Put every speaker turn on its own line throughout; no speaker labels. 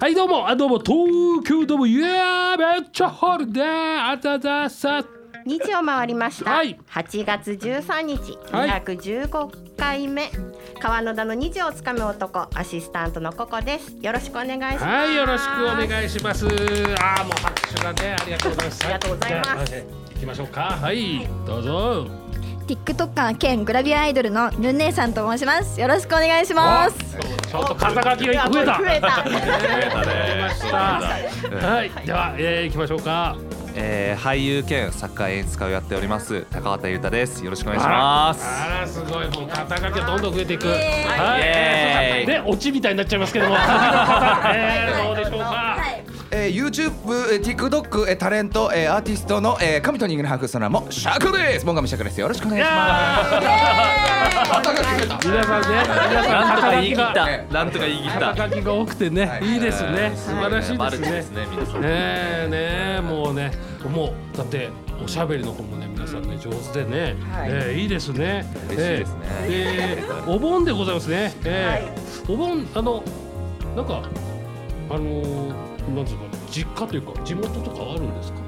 はいどうもあどうも東京どうもいやーめっちゃホールでーあたたさ
日を回りました、
はい
8月13日
はい
215回目、川野田の虹をつかむ男アシスタントのココですよろしくお願いします
はいよろしくお願いしますあーもう拍手だねありがとうございます
ありがとうございます
はい行きましょうかはいどうぞ
TikToker 兼グラビアアイドルのルン姉さんと申しますよろしくお願いします
ちょっと肩書きが一個増えた
増えた
ましたはいでは、えー、行きましょうか
えー、俳優兼作家演出家をやっております高畑裕太ですよろしくお願いします
あらすごいもう肩書きがどんどん増えていく。
イエーイ
はい。
イエーイ
ねオチみたいになっちゃいますけども。えーどうでしょうか。
はい
えー、YouTube、えー TikTok、えータレント、えーアーティストの、えー、神と人間のハーフその名もシャクです門上シャクですよろしくお願い
い
しま
や
す肩書き増えた
ー皆さんね、皆
な
さ
ん
ん
とか
肩書
言い
き
切っ
が
たなんとか言い切った
肩書きが多くてね、
はい
いいですね。素晴らしい
マルチ
で
ですす
ね。
ね皆さん
ねえねえもうねもうだっておしゃべりの方もね皆さんね上手でね、
はい
ええいいですね
嬉しいですね
えええお盆でございますね、ええお盆あのなんかあのーなんですか実家というか地元とかあるんですか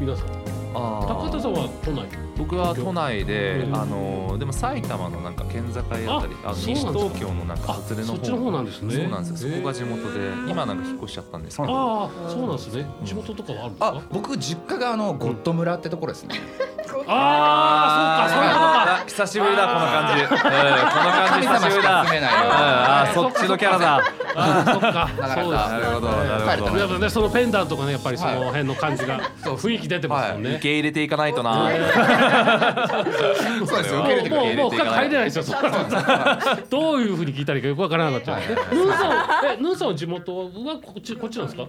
皆さん高田さんは都内
僕は都内で、
うん
あのーでも埼玉のなんか県境あたり
あ
あの
そう
西
なんですか
東京のなんか
あ
外れの
そっ
方
ちの方なんですね
そうなんですよそこが
え
地
え
元で今なんか引っ越しちゃったんですけど
ああそうなんですね地元とかはあるんですか、
あ僕実家があのゴッド村ってところですね、
ああそうかそういうことか
あー久しぶりだこの感じ、うん、この感
神
じ
様
久しぶり
しか
だ
住めない
うん、あーそっちのキャラだ
あそっか
なか
そうです
な
な
か
るほどな
帰
る
る
ほ
た
ど
め
やっぱねそのペンダントがねやっぱりその辺の感じが雰囲気出てますもん
受
ね。
け入れていかないとな、
もうもう
そうですよ受け入れてくれる
もう深く入れないですよ。そこどういう風に聞いたらいいかよくわからなかった。ヌンさんえヌンさんの地元はこっちこっちなんですか？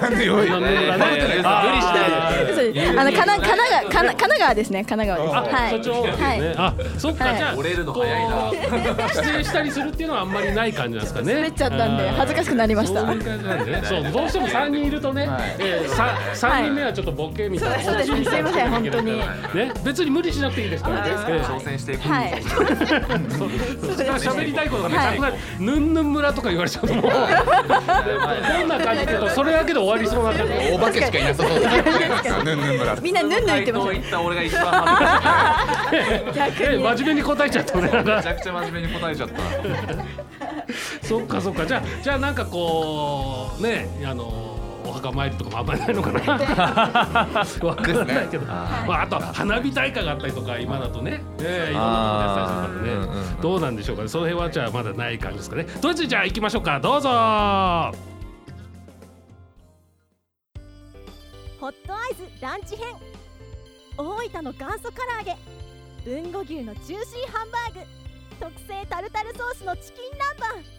なんでよい
な
よ
んでなんで
いやいやいや無理しない
そうですあの神奈神奈川神奈神奈川ですね神奈川です
あ
は
そっちの方です
い
ね。あそっか
はい
じゃあ
折れるの早いな
な。出演したりするっていうのはあんまりない感じなんですかね。
滑っちゃったんで
あー
恥ずかしくなりました
そういう感じなんでね。そうどうしても三人いるとね
はい、
えーさ三人目はちょっとボケみたいな。
そうですそうですすいません本当に
ね別に無理しなくていいですからね。えー
挑戦していく、
はいはい
喋りたいことがめちゃくちゃぬんぬん村とか言われちゃうと もうどんな感じっていうとそれだけで終わりそうな感じ
お化けしかいなさそうですヌンヌン村
みんなヌンヌン言っ
回
てま
答
す
言った俺が一番恥ずかしい
え真面目に答えちゃったねなん
めち
か
ゃくちゃ真面目に答えちゃった
そっかそっかじゃあじゃあなんかこうねあのお墓参りとかもあんまりないのか なわからないけど、まあ、あと花火大会があったりとか今だとね、ええいろんなことやったりするからね、
あーうんうんうん
どうなんでしょうかねその辺はじゃあまだない感じですかねとりあえずじゃあ行きましょうかどうぞ
ホットアイズランチ編大分の元祖唐揚げ豊後牛のジューシーハンバーグ特製タルタルソースのチキン南蛮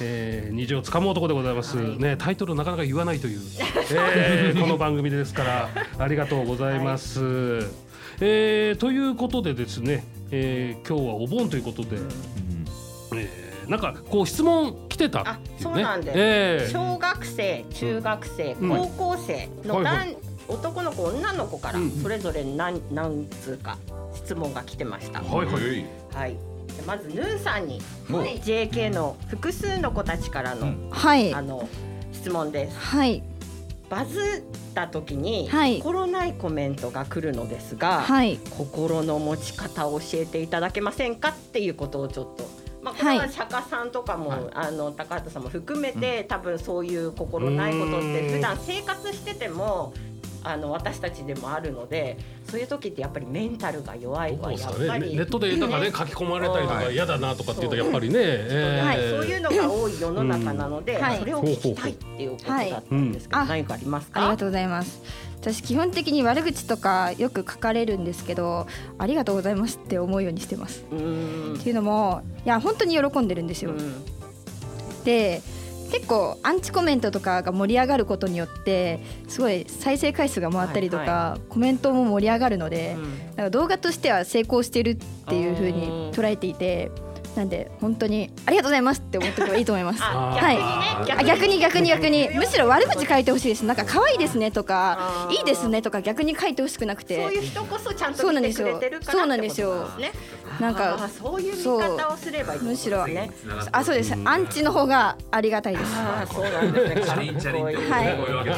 えー、虹をつかむ男でございます、ねタイトルなかなか言わないと いう、えー、この番組ですから ありがとうございます、えー、ということでですね、えー、今日はお盆ということで、えー、なんかこう質問来てたっていね、
あそうなんです
えー、
小学生中学生、
うん
高校生の男,、
はいは
男の子女の子から
うん
それぞれ何何通か質問が来てました、
はいはい
はいでまずヌーさんに
もう
JK の複数の子たちからの、
うん
はい
あの質問です
はい
バズった時に、
はい
心ないコメントが来るのですが、
はい
心の持ち方を教えていただけませんかっていうことをちょっと。まあ、これ
は
はい釈迦さんとかも、あの高畑さんも含めて、多分そういう心ないことっ
うん
て普段生活しててもあの私たちでもあるのでそういう時ってやっぱりメンタルが弱い
どう
は
です
や
か
っぱ
ね
り、
ネネットで なんかね書き込まれたりとか
はい
嫌だなとかって言うとやっぱりね、えー
はい、そういうのが多い世の中なので、
うんはい
それを聞きたいっていうことだったんですけど、
はいうん
何かありますか
ありがとうございます私基本的に悪口とかよく書かれるんですけどありがとうございますって思うようにしてます
うーん
っていうのもいや本当に喜んでるんです
う
よ、
ん
で結構アンチコメントとかが盛り上がることによってすごい再生回数が回ったりとか、
はい
コメントも盛り上がるので、
うん
なんか動画としては成功してるっていう風に捉えていてなんで本当にありがとうございますって思っておけばいいと思います。
あ
あはい
逆にね、
あ逆に逆に逆にむしろ悪口書いてほしいですなんか可愛いですねとか
あー
いいですねとか逆に書いてほしくなく
そうい
て
う人こそちゃん
そ
と
う
見
なんで
て
す
く
よ
れてるからってことですね。
なん
あー
か
そういう見方をすればいいってことですね。
あそうですアンチの方がありがたいです
ああそうなんですね。
はい
こううわけ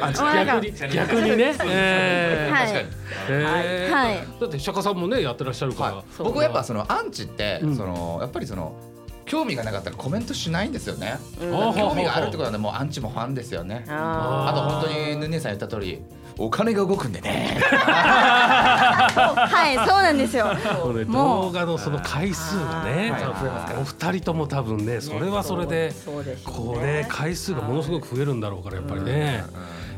あ
なんか
逆に逆にね。えー
はい
確かに
えー
はい
だって釈迦さんもねやってらっしゃるから
は。い、僕はやっぱそのアンチって、
うん
そのやっぱりその興味がなかったらコメントしないんですよね。
うん
あー
興味があるってことはねもうアンチもファンですよね。
あ
あと本当にヌネさん言った通りお金が動くんでね。
はいそうなんですよ
そうね
もう
動画のその回数がね、
あー
多分お二人とも多分ね、
ー
それはそれで。
そうでしょう
こうね、回数がものすごく増えるんだろうから、やっぱりね。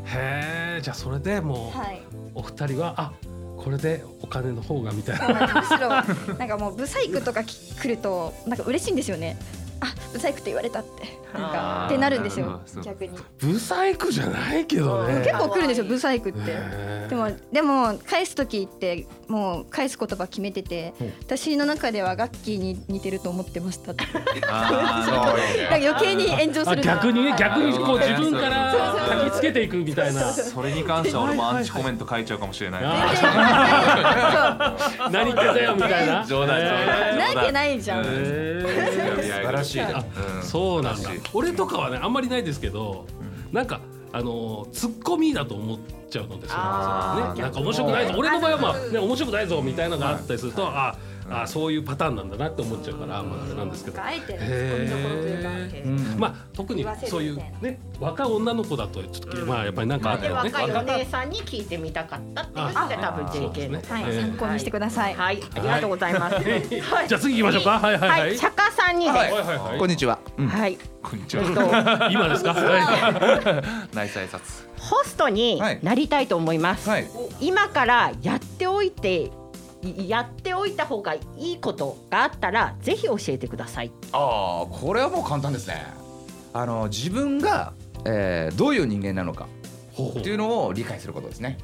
へえ、じゃあ、それでもう、
はい
お二人は、あ、これでお金の方がみたい
そ
な。
うなんですむしろなんかもうブサイクとかき来るとなんか嬉しいんですよねあブサイクって言われたってなんか
あー
ってなるんですよ
そう
逆に
ブサイクじゃないけど
うん
ね。
結構来るんですよブサイクって
へー
でもでも返す時ってもう返す言葉決めてて私の中ではガッキーに似てると思ってましたって
あ
なんか余計に炎上す
あ
る
逆にね
はい
逆にこう
はい
自分から焚きつけていくみたいな
ーそれに関しては俺もアンチコメント書いちゃうかもしれない。
あー何言ってんだよみたいな
冗談冗
へ
談。
なわけないじゃん
う
ー
いやいやいや
しいね。
うん
そうなんだ
素晴らしい
俺とかはねあんまりないですけど、なんかあのーツッコミだと思っちゃうのですよ、
あー
ね、なんか面白くないぞ俺の場合はまあ、ね、面白くないぞみたいなのがあ
はい
ったりすると、ああーそういうパターンなんだなって思っちゃうから、まあ、あれなんですけど。
あえて
へーまあ特に
言わせる
そういう
みたいな
ね若い女の子だとちょっと、
うん
まあやっぱりなんかあっ
で
たよね。
若いお姉さんに聞いてみたかったっていうのが多分
あそうですね
JK の。
はい、
えー
参考にしてください、
はい、ありがとうございます。はい
じゃあ次行きましょうか。はいはいは。
はいい、釈迦さんにです。
は
はいはいはい
こんにちは。うん
はい、
こんにち
え
は。
っと、
今ですか。 はい。
ナイス挨拶。
ホストになりたいと思います。
はい。
今からやっておいていやっておいた方がいいことがあったらぜひ教えてください。
ああこれはもう簡単ですね。あの自分が、えーどういう人間なのか
ほうほ
っていうのを理解することですね。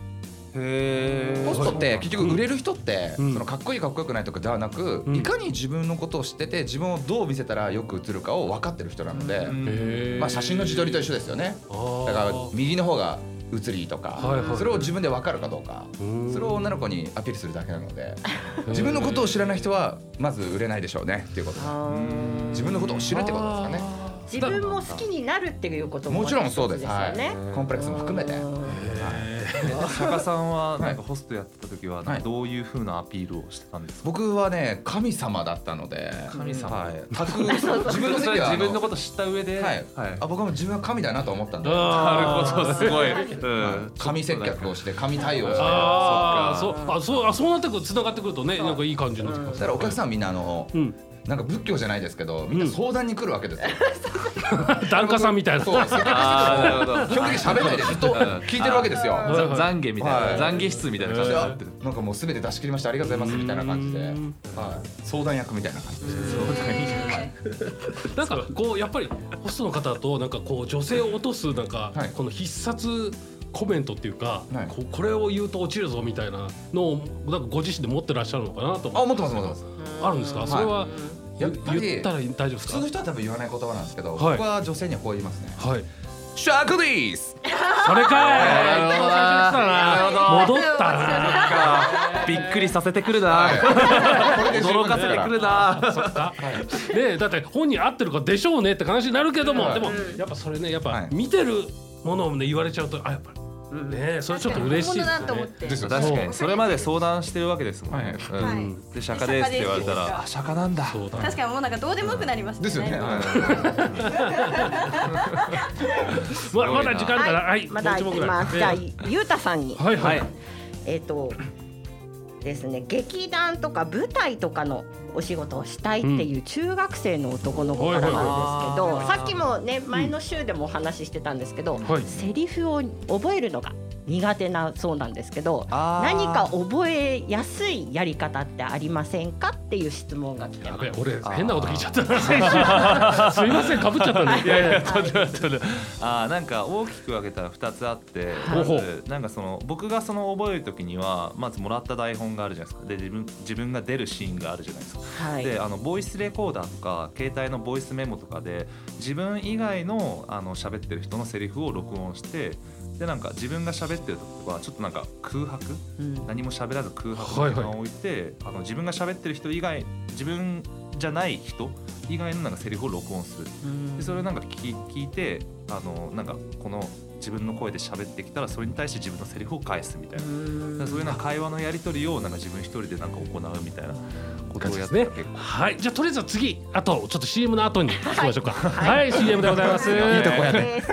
へ
ホストって結局売れる人って、
うん
そのかっこいいかっこよくないとかではなく、
うん
いかに自分のことを知ってて自分をどう見せたらよく映るかを分かってる人なので、
へー
まあ、写真の自撮りと一緒ですよね
あー
だから右の方が写りとか、
はいはい
それを自分で分かるかどうか、
うん
それを女の子にアピールするだけなので自分のことを知らない人はまず売れないでしょうねっていうこと自分のことを知るってことですかね
自分も好きになるっていうことも
もちろんそうです
一つよね
はい、コンプレックスも含めて
釈迦さんはなんか
は
ホストやってた時は
い
なんかどういう風なアピールをしてたんですか。
僕はね神様だったので
神様
はい、たく自分の席
それ
はあ
自分の
の
こと知った上で。
はいあ僕はもう自分は神だなと思ったんで
あー
なるほどすごい。
神接客をして神対応をして
あー
そ
そ
っ
うあそうあそうなってくる繋がってくるとねなんかいい感じになってきま
そし
す
たらお客さんみんなあの
うん
なんか仏教じゃないですけどみんな相談に来るわけですよ。
檀家さんみたいな
そう接客
あーなるほど
基本的に喋んないでずっと聞いてるわけですよ。
ん
ざ懺悔みたいな
はい
懺悔室みたいな
そし
感じ
て
に
あ
なってる。
なんかもうすべて出し切りましたありがとうございますみたいな感じで、
うん
はい、相談役みたいな感じで
なんかこうやっぱりホストの方となんかこう女性を落とすなんか
はい
この必殺コメントっていうか、
はい
こうこれを言うと落ちるぞみたいなのをなんかご自身で持ってらっしゃるのかなと
あ
思って
思ってます思ってます
あるんですか、それは
やっぱり
言ったら大丈夫です
普
か
通の人は多分言わない言葉なんですけど、
はい
僕は女性にはこう言いますね
はい
シャークです
それかい
なるほどな
戻ったな
びっくりさせてくるな。驚かせてく るな。
そっか、でだって本人合ってるかでしょうねって話になるけども、
はい
でもやっぱそれねやっ
は
ぱ
い
見てるものをね言われちゃうとあやっぱりねそれちょっと嬉しいです
本物だと思っ
ね。
て
ですよ
確
ね
かにそれまで相談してるわけですもんね。
は
うん
はい
で釈迦ですって言われたらあ釈迦なんだ。
そうだ
確かにもうなんかどうでもよくなりますね
ですよね、はい
まだまだ時間あるから、はい、
まだ
も
行
う一問
き
ぐらい
ます。じゃあゆうたさんに
はいは
はいい。
えっとですね劇団とか舞台とかのお仕事をしたいっていう中学生の男の子からなんですけど、
はいはい
さっきもね前の週でもお話ししてたんですけど、
はい
セリフを覚えるのが苦手なそうなんですけど
あー
何か覚えやすいやり方ってありませんかっていう質問が来て
や
ます
べえ俺変なこと聞いちゃったな先週 すいませんかぶっちゃったねいやいや
ちょっと待って待ってあーなんか大きく分けたら2つあって、
はい
ほう
まずなんかその僕がその覚える時にはまずもらった台本があるじゃないですかで自分自分が出るシーンがあるじゃないですか、
はい
であのボイスレコーダーとか携帯のボイスメモとかで自分以外のあの喋ってる人のセリフを録音してでなんか自分が喋ってる時とかちょっとなんか空白
うん
何も喋らず空白の時間を置いて、あの自分が喋ってる人以外自分じゃない人以外のなんかセリフを録音する
うん
でそれをなんか聞聞いてあのなんかこの自分の声で喋ってきたらそれに対して自分のセリフを返すみたいな、
うん
だからそういうなんか会話のやり取りをなんか自分一人でなんか行うみたいなことをやって
ね
た結構
はいじゃあとりあえずは次あとちょっと CM の後に聞きましょうかはい、CM でございます
いいとこや
です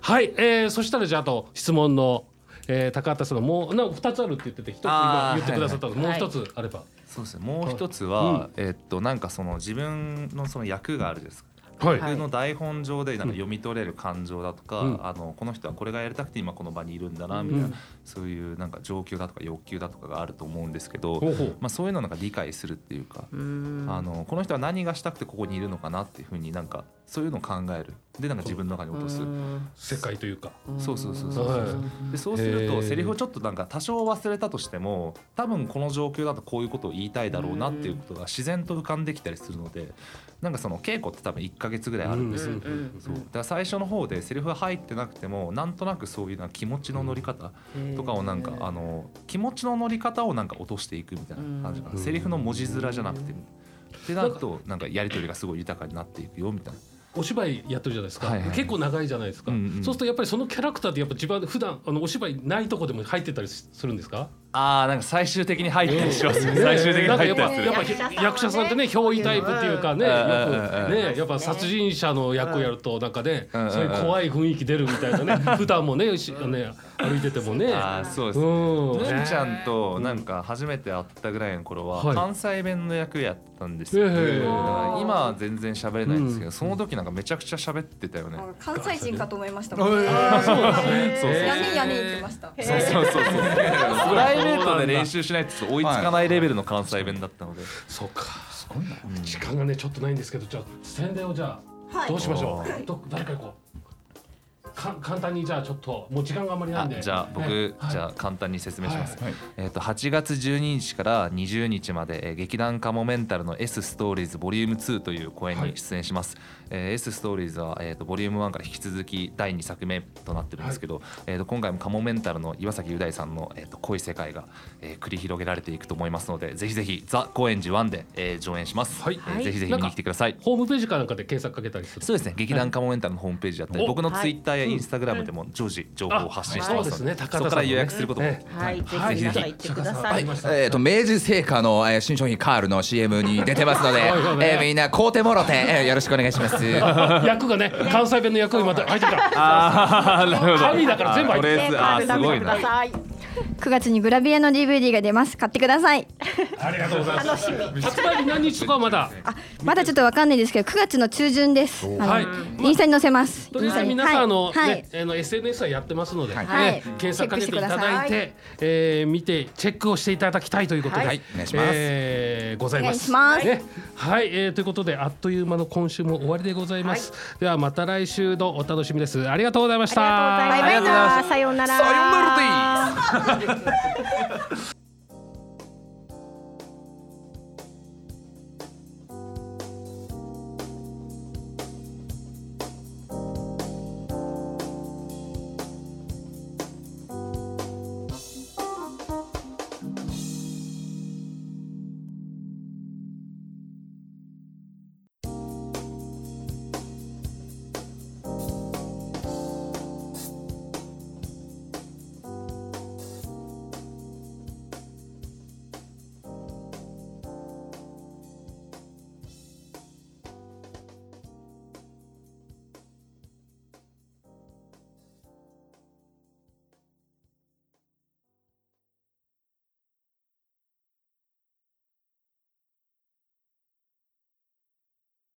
はい、えー、そしたらじゃああと質問の、えー、高畑さんのもうなんか二つあるって言ってて一つ今
あー
言ってくださったの、
はいはい
もう一つあれば
そうですねもう一つは、えっとなんかその自分のその役があるじゃないですか
はい
はい
僕の台本上でなんか読み取れる感情だとか、
うん
あのこの人はこれがやりたくて今この場にいるんだなみたいな、そういうなんか上級だとか欲求だとかがあると思うんですけど、
ほうほう
まあ、そういうのをなんか理解するっていうか、
うん
あのこの人は何がしたくてここにいるのかなっていうふうになんかそういうのを考えるでなんか自分の中に落とす、
うん
世界というか
そうそうそうそう、
はい
でそうする
へ
と
ー
セリフをちょっとなんか多少忘れたとしても多分この状況だとこういうことを言いたいだろうなっていうことが自然と浮かんできたりするのでなんかその稽古って多分1ヶ月ぐらいあるんですよ、
うん
そうだから最初の方でセリフが入ってなくてもなんとなくそういうなんか気持ちの乗り方とかをなんか、あの気持ちの乗り方をなんか落としていくみたいな感じかな、
うん
セリフの文字面じゃなくてってなるとなんかやり取りがすごい豊かになっていくよみたいな
お芝居やってるじゃないですか、
はいはい
結構長いじゃないですか、
うんう
そう
ん
するとやっぱりそのキャラクターってやっぱ自分普段あのお芝居ないとこでも入ってたりするんですか
あーなんか最終的に入ったりしますね
ね
最終的に
なんか
入
や
っ
ったぱ
りす
や
る
っぱ
役者さんはね
役者さんってね憑依タイプっていうかね
うん
よく
うん
ねやっぱ殺人者の役をやるとなんかね
うん
そういう怖い雰囲気出るみたいな ね普段もねしね歩いててもね。
あーそうですね
うん
のんちゃんとなんか初めて会ったぐらいの頃は
はい
関西弁の役やったんですよ、
へー
だから今は全然喋れないんですけ
う
ど、
ん
その時なんかめちゃくちゃ喋ってたよね、
あ関西人かと思いましたもん。
あ
そうなんですね
そうそう
やねんやねん言ってました。
そうそうそうそう。プライベートで練習しないとちょっと追いつかないレベルの関西弁だったので。
そうか
すごいな。
時間がねちょっとないんですけどじゃあ宣伝をじゃあどうしましょ
は
うど誰から行こうか簡単にじゃあちょっともう時間があんまりないん
あ
で
じゃあ僕、
はい
じゃあ簡単に説明します、
はい
えっ、と8月12日から20日まで、えー劇団カモメンタルの S ストーリーズボリューム2という公演に出演します、えー S ストーリーズは、えー、とボリューム1から引き続き第2作目となってるんですけど、えー、と今回もカモメンタルの岩崎雄大さんの、えー、と濃い世界が、えー繰り広げられていくと思いますのでぜひぜひ「ザ・高円寺1で」えー上演します、
はい
えーぜひぜひ見に来てください
ホームページかなんかで検索かけたりする
そうですね劇団カモメンタルのホームページだったり
お
僕の
はい
ツイッターやインスタグラムでも常時情報を発信してま
あそ
すの
うですね
で
高田さん
そ
もね
こから予約することもできます
はい、ぜ
はい
ひ皆さん行ってくださ
はい
い。
えー、と明治製菓の、えー新商品カールの CM に出てますので、え
はいはいはい
ーみんな買うてもろて、えーよろしくお願いします。
役がね関西弁の役が今入ってた
ああなるほど
神だから全部入ってる
あとりあえずあーすごいな
はい、
9月にグラビエの DVD が出ます。買ってください。
ありがとうございま
楽
す
しみ。
発売日何日とかはまだ
あ、まだちょっとわかんないですけど、9月の中旬です。あの
はい
インスタに載せます。
とりあえず
イン
皆
スタに
さんあの
はいはい
ねあの SNS はやってますので
はい
はい
ね検索かけていただい
チェ
てえー見てチェックをしていただきたいということで
はいお願いします
えーございます
お願いし
ねはいえーということであっという間の今週も終わりでございますではまた来週のお楽しみですありがとうございました
ありがとうございました。さようなら。
さよならです